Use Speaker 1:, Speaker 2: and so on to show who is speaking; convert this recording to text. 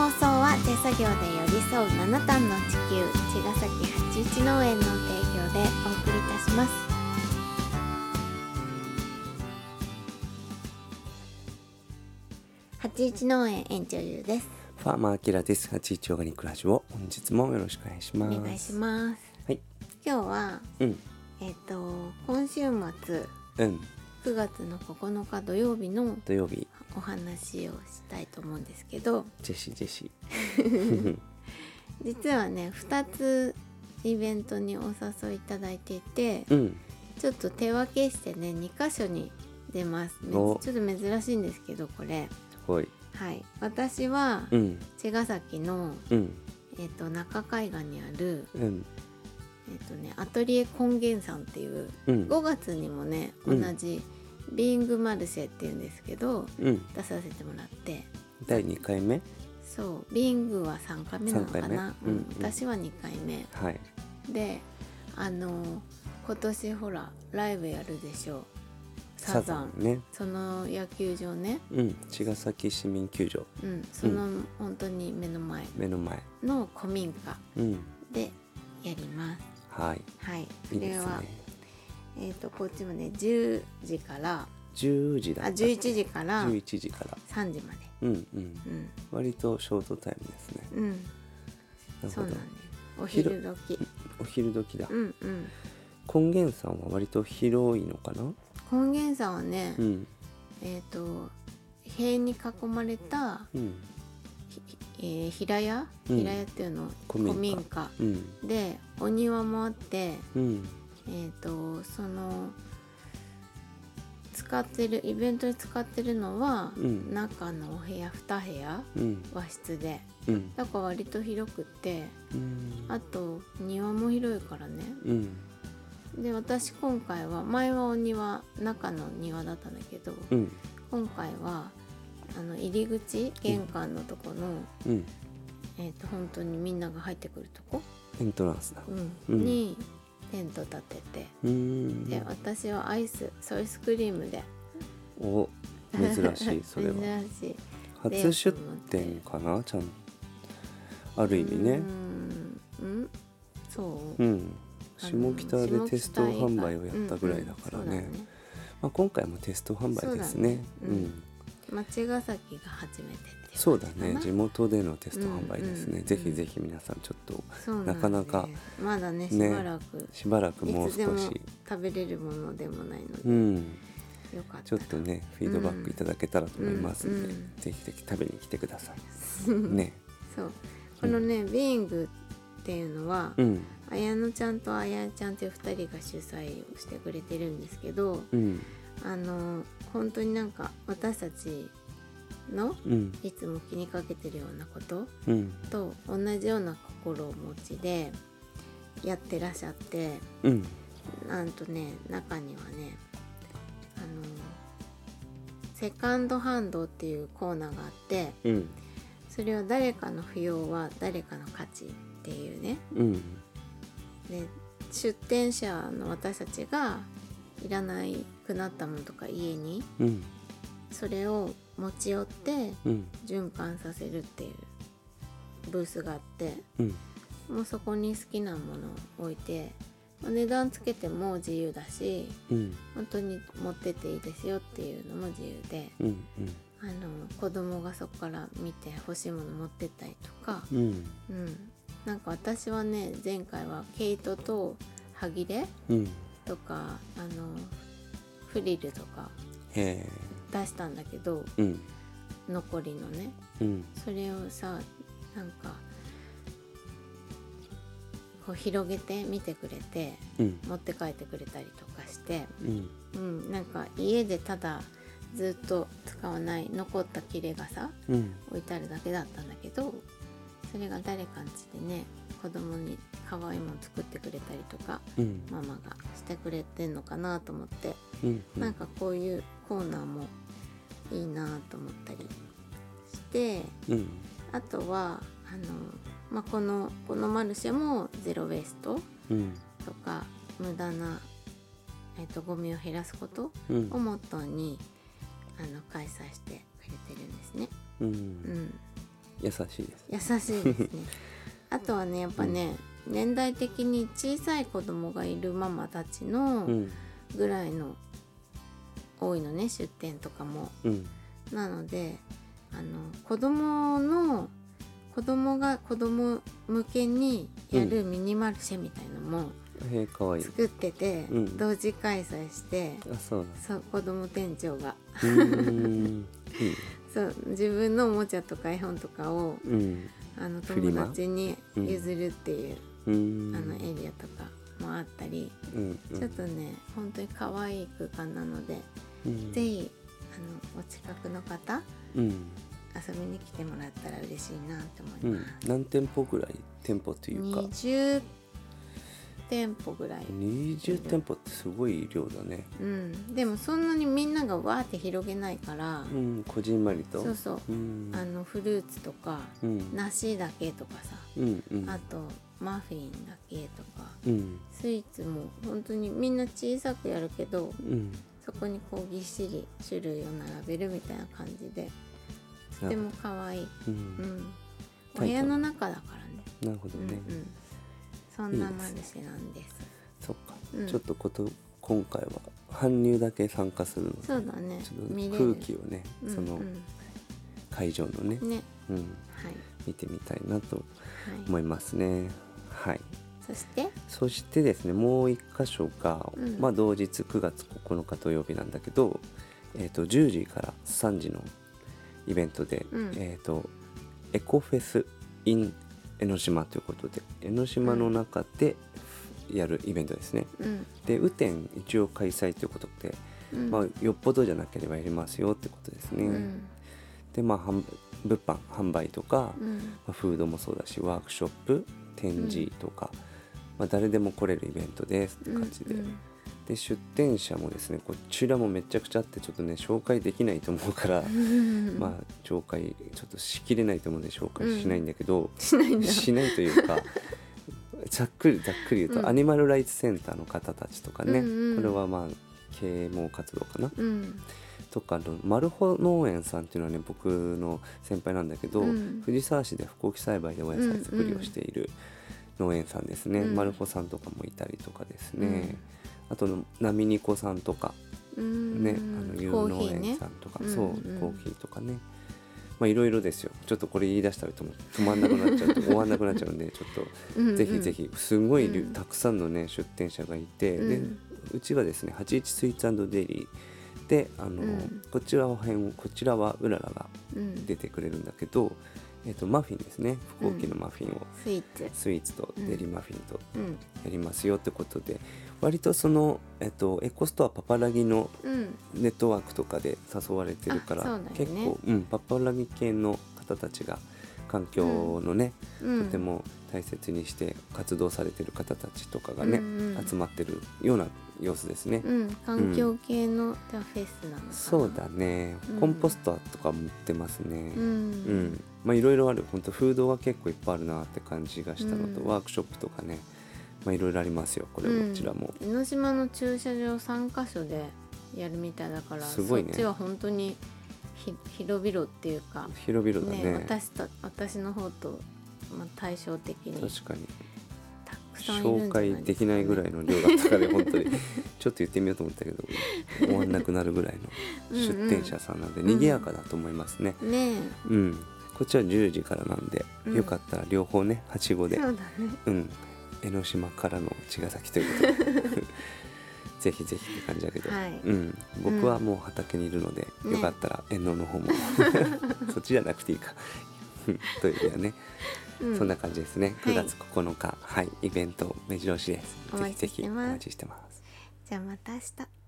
Speaker 1: 手作業で寄り添う7段の地球茅ヶ崎八一農園の提供でお送りいたします八一農園園長ゆうです
Speaker 2: ファーマーアキラです。81オガニックラジオ。本日もよろしくお願いし
Speaker 1: お
Speaker 2: ます。
Speaker 1: 願いします
Speaker 2: はい。
Speaker 1: 今日は
Speaker 2: うん。
Speaker 1: えっ、と今週末
Speaker 2: うん。
Speaker 1: 9月の9日土曜日の
Speaker 2: 土曜日、
Speaker 1: お話をしたいと思うんですけど
Speaker 2: ジェシージェシ
Speaker 1: 実はね2つイベントにお誘いいただいていて
Speaker 2: ー。うん。
Speaker 1: ちょっと手分けしてね2箇所に出ますめちょ
Speaker 2: お
Speaker 1: っと珍しいんですけどこれ
Speaker 2: すごい。
Speaker 1: はい私は
Speaker 2: うん。
Speaker 1: 茅ヶ崎の、
Speaker 2: うん。
Speaker 1: えっと中海岸にある、
Speaker 2: うん。
Speaker 1: えっとね、アトリエ根源さんっていう
Speaker 2: うん。
Speaker 1: 5月にもね
Speaker 2: う
Speaker 1: 同
Speaker 2: ん
Speaker 1: じビーイングマルシェっていうんですけど
Speaker 2: うん。
Speaker 1: 出させてもらって
Speaker 2: 第2回目
Speaker 1: そうビーイングは3回目なのか
Speaker 2: 三回
Speaker 1: な、
Speaker 2: 目うん
Speaker 1: うん私は2回目
Speaker 2: はい。
Speaker 1: であの今年ほらライブやるでしょサザン
Speaker 2: ね。
Speaker 1: その野球場ね、
Speaker 2: うん。茅ヶ崎市民球場。
Speaker 1: うん、その本当に目の前
Speaker 2: 目の前。
Speaker 1: の古民家
Speaker 2: うん。
Speaker 1: でやります。
Speaker 2: はい。
Speaker 1: はい、こ
Speaker 2: いい
Speaker 1: れ
Speaker 2: ですね
Speaker 1: は。えっ、とこっちもね10時から
Speaker 2: 10時だ
Speaker 1: あ
Speaker 2: った。
Speaker 1: 11時から
Speaker 2: 11時から。
Speaker 1: 3時まで。
Speaker 2: うんうん。
Speaker 1: うん、
Speaker 2: 割とショートタイムですね。
Speaker 1: うん、
Speaker 2: なる
Speaker 1: そ
Speaker 2: ほ
Speaker 1: うなん
Speaker 2: ど
Speaker 1: です。。お昼時。
Speaker 2: お昼時だ
Speaker 1: う。んうん。
Speaker 2: 根源さんは割と広いのかな
Speaker 1: 根源さんはね、
Speaker 2: うん。
Speaker 1: えっ、と塀に囲まれた
Speaker 2: うん。
Speaker 1: ひえー平屋、
Speaker 2: うん
Speaker 1: 平屋っていうの
Speaker 2: 古民家
Speaker 1: 古民家
Speaker 2: うん。
Speaker 1: でお庭もあって
Speaker 2: うん。
Speaker 1: えー、とその使ってるイベントに使ってるのは、
Speaker 2: うん
Speaker 1: 中のお部屋2部屋
Speaker 2: うん。
Speaker 1: 和室で
Speaker 2: うん。
Speaker 1: だから割と広くって
Speaker 2: うん
Speaker 1: あと庭も広いからね
Speaker 2: うん。
Speaker 1: で私今回は前はお庭中の庭だったんだけど
Speaker 2: うん。
Speaker 1: 今回はあの入り口玄関のとこの、
Speaker 2: うん。
Speaker 1: えー、と本当にみんなが入ってくるとこ、
Speaker 2: エントランスだ。うん
Speaker 1: にテント立てて、
Speaker 2: うーん。
Speaker 1: で私はアイスソイスクリームで
Speaker 2: お、珍しい、それは。
Speaker 1: 珍しい
Speaker 2: 初出店かな、ちゃん。ある意味
Speaker 1: うー
Speaker 2: ね。
Speaker 1: んうんそう、
Speaker 2: うん。
Speaker 1: あの
Speaker 2: 下北でテスト販売をやったぐらいだから
Speaker 1: うんうん
Speaker 2: ね
Speaker 1: そうだ。ね
Speaker 2: まあ、今回もテスト販売ですね。
Speaker 1: そううだね
Speaker 2: ん。
Speaker 1: まあ茅ヶ崎が初めてってい感じ
Speaker 2: そうだ
Speaker 1: か
Speaker 2: ね。
Speaker 1: な
Speaker 2: 地元でのテスト販売です
Speaker 1: うんうんう
Speaker 2: ね。
Speaker 1: ん
Speaker 2: ぜひぜひ皆さんちょっと。
Speaker 1: そうなんだよ
Speaker 2: なかなか
Speaker 1: まだねし
Speaker 2: ね
Speaker 1: ばらく、
Speaker 2: しばらくもう
Speaker 1: いつでも
Speaker 2: 少し。
Speaker 1: 食べれるものでもないので、
Speaker 2: うん。
Speaker 1: よかったら
Speaker 2: ちょっとね、フィードバックいただけたらと思いますので、
Speaker 1: うんうん
Speaker 2: ぜひぜひ食べに来てください。ね。
Speaker 1: そうこのね、ビーイングっていうのは、
Speaker 2: うん。
Speaker 1: 綾乃ちゃんとあやちゃんっていう2人が主催をしてくれてるんですけど
Speaker 2: うん。
Speaker 1: あの本当になんか私たちの
Speaker 2: うん。
Speaker 1: いつも気にかけてるようなこと
Speaker 2: うん。
Speaker 1: と同じような心を持ちでやってらっしゃって
Speaker 2: うん。
Speaker 1: なんとね中にはねあのセカンドハンドっていうコーナーがあって
Speaker 2: うん。
Speaker 1: それを「誰かの不要は誰かの価値」っていうね
Speaker 2: うん。
Speaker 1: で出店者の私たちがいらないくなったものとか家に
Speaker 2: うん。
Speaker 1: それを持ち寄って
Speaker 2: うん。
Speaker 1: 循環させるっていうブースがあって
Speaker 2: うん。
Speaker 1: もうそこに好きなものを置いてまあ値段つけても自由だし
Speaker 2: うん。
Speaker 1: 本当に持ってっていいですよっていうのも自由で
Speaker 2: うん。
Speaker 1: あの子供がそこから見て欲しいもの持ってったりとか、
Speaker 2: うん。
Speaker 1: うん、なんか私はね前回は毛糸と歯切れ
Speaker 2: うん。
Speaker 1: とかあのフリルとか
Speaker 2: え
Speaker 1: 出したんだけど
Speaker 2: え。うん。
Speaker 1: 残りのね
Speaker 2: うん。
Speaker 1: それをさなんかこう広げて見てくれて
Speaker 2: うん。
Speaker 1: 持って帰ってくれたりとかして、
Speaker 2: うん。
Speaker 1: うん、なんか家でただずっと使わない残った切れがさ
Speaker 2: うん。
Speaker 1: 置いてあるだけだったんだけどそれが誰かんちでね子供に可愛いもの作ってくれたりとか
Speaker 2: うん。
Speaker 1: ママがしてくれてんのかなと思って
Speaker 2: うん。
Speaker 1: なんかこういうコーナーもいいなと思ったりして
Speaker 2: うん。
Speaker 1: あとはあの、まあ、このこのマルシェもゼロ・ウェイスト
Speaker 2: うん。
Speaker 1: とか無駄な、えっとゴミを減らすこと
Speaker 2: うん
Speaker 1: を。モットーにあの開催してくれてるんですね。
Speaker 2: う。
Speaker 1: うんん、
Speaker 2: 優しいです
Speaker 1: 優しいですね あとはねやっぱね、年代的に小さい子供がいるママたち
Speaker 2: う
Speaker 1: の
Speaker 2: ん
Speaker 1: ぐらいの、多いのね出店とかも
Speaker 2: うん
Speaker 1: なのであの子供の子供が子供向けにやるミニマルシェみたいのも
Speaker 2: へえかわいい
Speaker 1: 作ってて、
Speaker 2: うん
Speaker 1: 同時開催して、
Speaker 2: あそうなんだ
Speaker 1: そう子供店長が
Speaker 2: うーんいいね
Speaker 1: そう自分のおもちゃとか絵本とかを
Speaker 2: うん
Speaker 1: あの
Speaker 2: フリ
Speaker 1: 友
Speaker 2: マ
Speaker 1: 達に譲るっていう、
Speaker 2: うーん
Speaker 1: あのエリアとかもあったり、
Speaker 2: うんうん
Speaker 1: ちょっとね本当に可愛い空間なので、
Speaker 2: うん
Speaker 1: ぜひあのお近くの方
Speaker 2: うん
Speaker 1: 遊びに来てもらったら嬉しいなと
Speaker 2: う
Speaker 1: 思い
Speaker 2: ん何店舗ぐらい店舗というか
Speaker 1: ます、20店舗ぐらい、
Speaker 2: 20店舗ってすごい量だね
Speaker 1: うん、でもそんなにみんながわーって広げないから、
Speaker 2: うんこじんまりと
Speaker 1: そうそう
Speaker 2: うん
Speaker 1: あのフルーツとか
Speaker 2: うん
Speaker 1: 梨だけとかさ、
Speaker 2: うんうん
Speaker 1: あとマフィンだけとか
Speaker 2: うん
Speaker 1: スイーツも本当にみんな小さくやるけど
Speaker 2: うん
Speaker 1: そこにこうぎっしり種類を並べるみたいな感じでとても可愛い、
Speaker 2: う
Speaker 1: うんん、お
Speaker 2: タ
Speaker 1: 部
Speaker 2: イトル
Speaker 1: 屋の中だからね
Speaker 2: なるほど
Speaker 1: うんう
Speaker 2: ね
Speaker 1: ん、そんない
Speaker 2: い
Speaker 1: マ
Speaker 2: です
Speaker 1: ルシェなんです
Speaker 2: そっか
Speaker 1: うん
Speaker 2: ちょっとこと今回は搬入だけ参加するので
Speaker 1: そうだね
Speaker 2: ちょっと
Speaker 1: 見れ
Speaker 2: 空
Speaker 1: る
Speaker 2: 気をね
Speaker 1: うん
Speaker 2: その
Speaker 1: うん
Speaker 2: 会場のね
Speaker 1: ね
Speaker 2: うん
Speaker 1: はい、
Speaker 2: 見てみたいなと
Speaker 1: はい、
Speaker 2: 思いますねはい
Speaker 1: そして
Speaker 2: そしてですねもう一箇所が、
Speaker 1: うん
Speaker 2: まあ、同日9月9日土曜日なんだけど、えー、と10時から3時のイベントで、
Speaker 1: うん
Speaker 2: えー、とエコフェス in 江ノ島ということで江ノ島の中でやるイベントですね。
Speaker 1: うん
Speaker 2: で雨天一応開催ということで、
Speaker 1: うん、
Speaker 2: まあ、よっぽどじゃなければやりますよってことです
Speaker 1: う
Speaker 2: ね。
Speaker 1: ん
Speaker 2: でまあ販物販販売とか、
Speaker 1: うん
Speaker 2: まあフードもそうだしワークショップ展示とか、まあ、誰でも来れるイベントですって感じで,、
Speaker 1: うん
Speaker 2: で出店者もですねこちらもめちゃくちゃあってちょっとね紹介できないと思うから、
Speaker 1: うん、
Speaker 2: まあ紹介ちょっとしきれないと思うんで紹介しないんだけど、
Speaker 1: しないんだ
Speaker 2: しないというかざっくりざっくり言うと、
Speaker 1: うん
Speaker 2: アニマルライツセンターの方たちとかね、
Speaker 1: うんうん
Speaker 2: これはまあ啓蒙活動かな
Speaker 1: うん
Speaker 2: とかのマルホ農園さんっていうのはね僕の先輩なんだけど、
Speaker 1: うん
Speaker 2: 藤沢市で不耕起栽培でお野菜作りをしている農園さんですね、
Speaker 1: うん
Speaker 2: マルホさんとかもいたりとかですね、
Speaker 1: うん
Speaker 2: あとのナミニコさんとか
Speaker 1: うん
Speaker 2: ね、あの有
Speaker 1: コー
Speaker 2: 農
Speaker 1: ヒー
Speaker 2: 園
Speaker 1: ね
Speaker 2: さんとか、
Speaker 1: うん
Speaker 2: そう
Speaker 1: うん
Speaker 2: コーヒーとかねまあいろいろですよちょっとこれ言い出したら止ま止まんなくなっちゃうと終わんなくなっちゃうんでちょっと。
Speaker 1: うんうん
Speaker 2: ぜひぜひすごいりゅ、
Speaker 1: うん
Speaker 2: たくさんのね出店者がいて、
Speaker 1: う
Speaker 2: で
Speaker 1: ん
Speaker 2: うちはですね81スイーツデイリーであの、
Speaker 1: うん
Speaker 2: こちらは辺こちらはうららが
Speaker 1: うん
Speaker 2: 出てくれるんだけど、えっとマフィンですね飛行機のマフィンを、
Speaker 1: スイーツ
Speaker 2: スイーツとデリマフィンと
Speaker 1: うん
Speaker 2: やりますよってことで割とその、えっとエコストアパパラギの
Speaker 1: うん
Speaker 2: ネットワークとかで誘われてるから、
Speaker 1: あそうだよね
Speaker 2: 結構、うん、パパラギ系の方たちが環境のね、
Speaker 1: うん
Speaker 2: とても大切にして活動されてる方たちとかがね、
Speaker 1: うんうん
Speaker 2: 集まってるような様子ですね。
Speaker 1: うん環境系のじゃあフェスなのかな
Speaker 2: そうだね、
Speaker 1: うん
Speaker 2: コンポストとかも売ってますね。
Speaker 1: う
Speaker 2: うんんまあいろいろある本当フードが結構いっぱいあるなって感じがしたのと、
Speaker 1: うん
Speaker 2: ワークショップとかねまあいろいろありますよこれ
Speaker 1: うん
Speaker 2: こちらも、
Speaker 1: 江ノ島の駐車場3カ所でやるみたいだから
Speaker 2: すごいね
Speaker 1: そっちは本当にひ広々っていうか
Speaker 2: 広々だ
Speaker 1: ね
Speaker 2: ね
Speaker 1: 私た私の方と、まあ、対照的に
Speaker 2: 確かに
Speaker 1: たくさんいるんじ
Speaker 2: 紹
Speaker 1: ゃない
Speaker 2: 介できないぐらいの量だっ たから本当にちょっと言ってみようと思ったけど終わんなくなるぐらいの出店者さんなんで
Speaker 1: うんうん
Speaker 2: 賑やかだと思いますね。
Speaker 1: ね
Speaker 2: うん、こっちは10時からなんで、
Speaker 1: うん
Speaker 2: よかったら両方ねはしご
Speaker 1: え
Speaker 2: で
Speaker 1: そうだね
Speaker 2: うん、江ノ島からの茅ヶ崎ということで ぜひぜひって感じだけど、
Speaker 1: はい
Speaker 2: うん、僕はもう畑にいるので、
Speaker 1: ね
Speaker 2: よかったら遠野の方 もそっちじゃなくていいかというよね、
Speaker 1: うん
Speaker 2: そんな感じですね
Speaker 1: は
Speaker 2: 9
Speaker 1: い
Speaker 2: 月9日、はいイベント目白押しです
Speaker 1: お待ち
Speaker 2: ぜひ
Speaker 1: して
Speaker 2: ぜひお
Speaker 1: ます
Speaker 2: 待ちしてます
Speaker 1: じゃあまた明日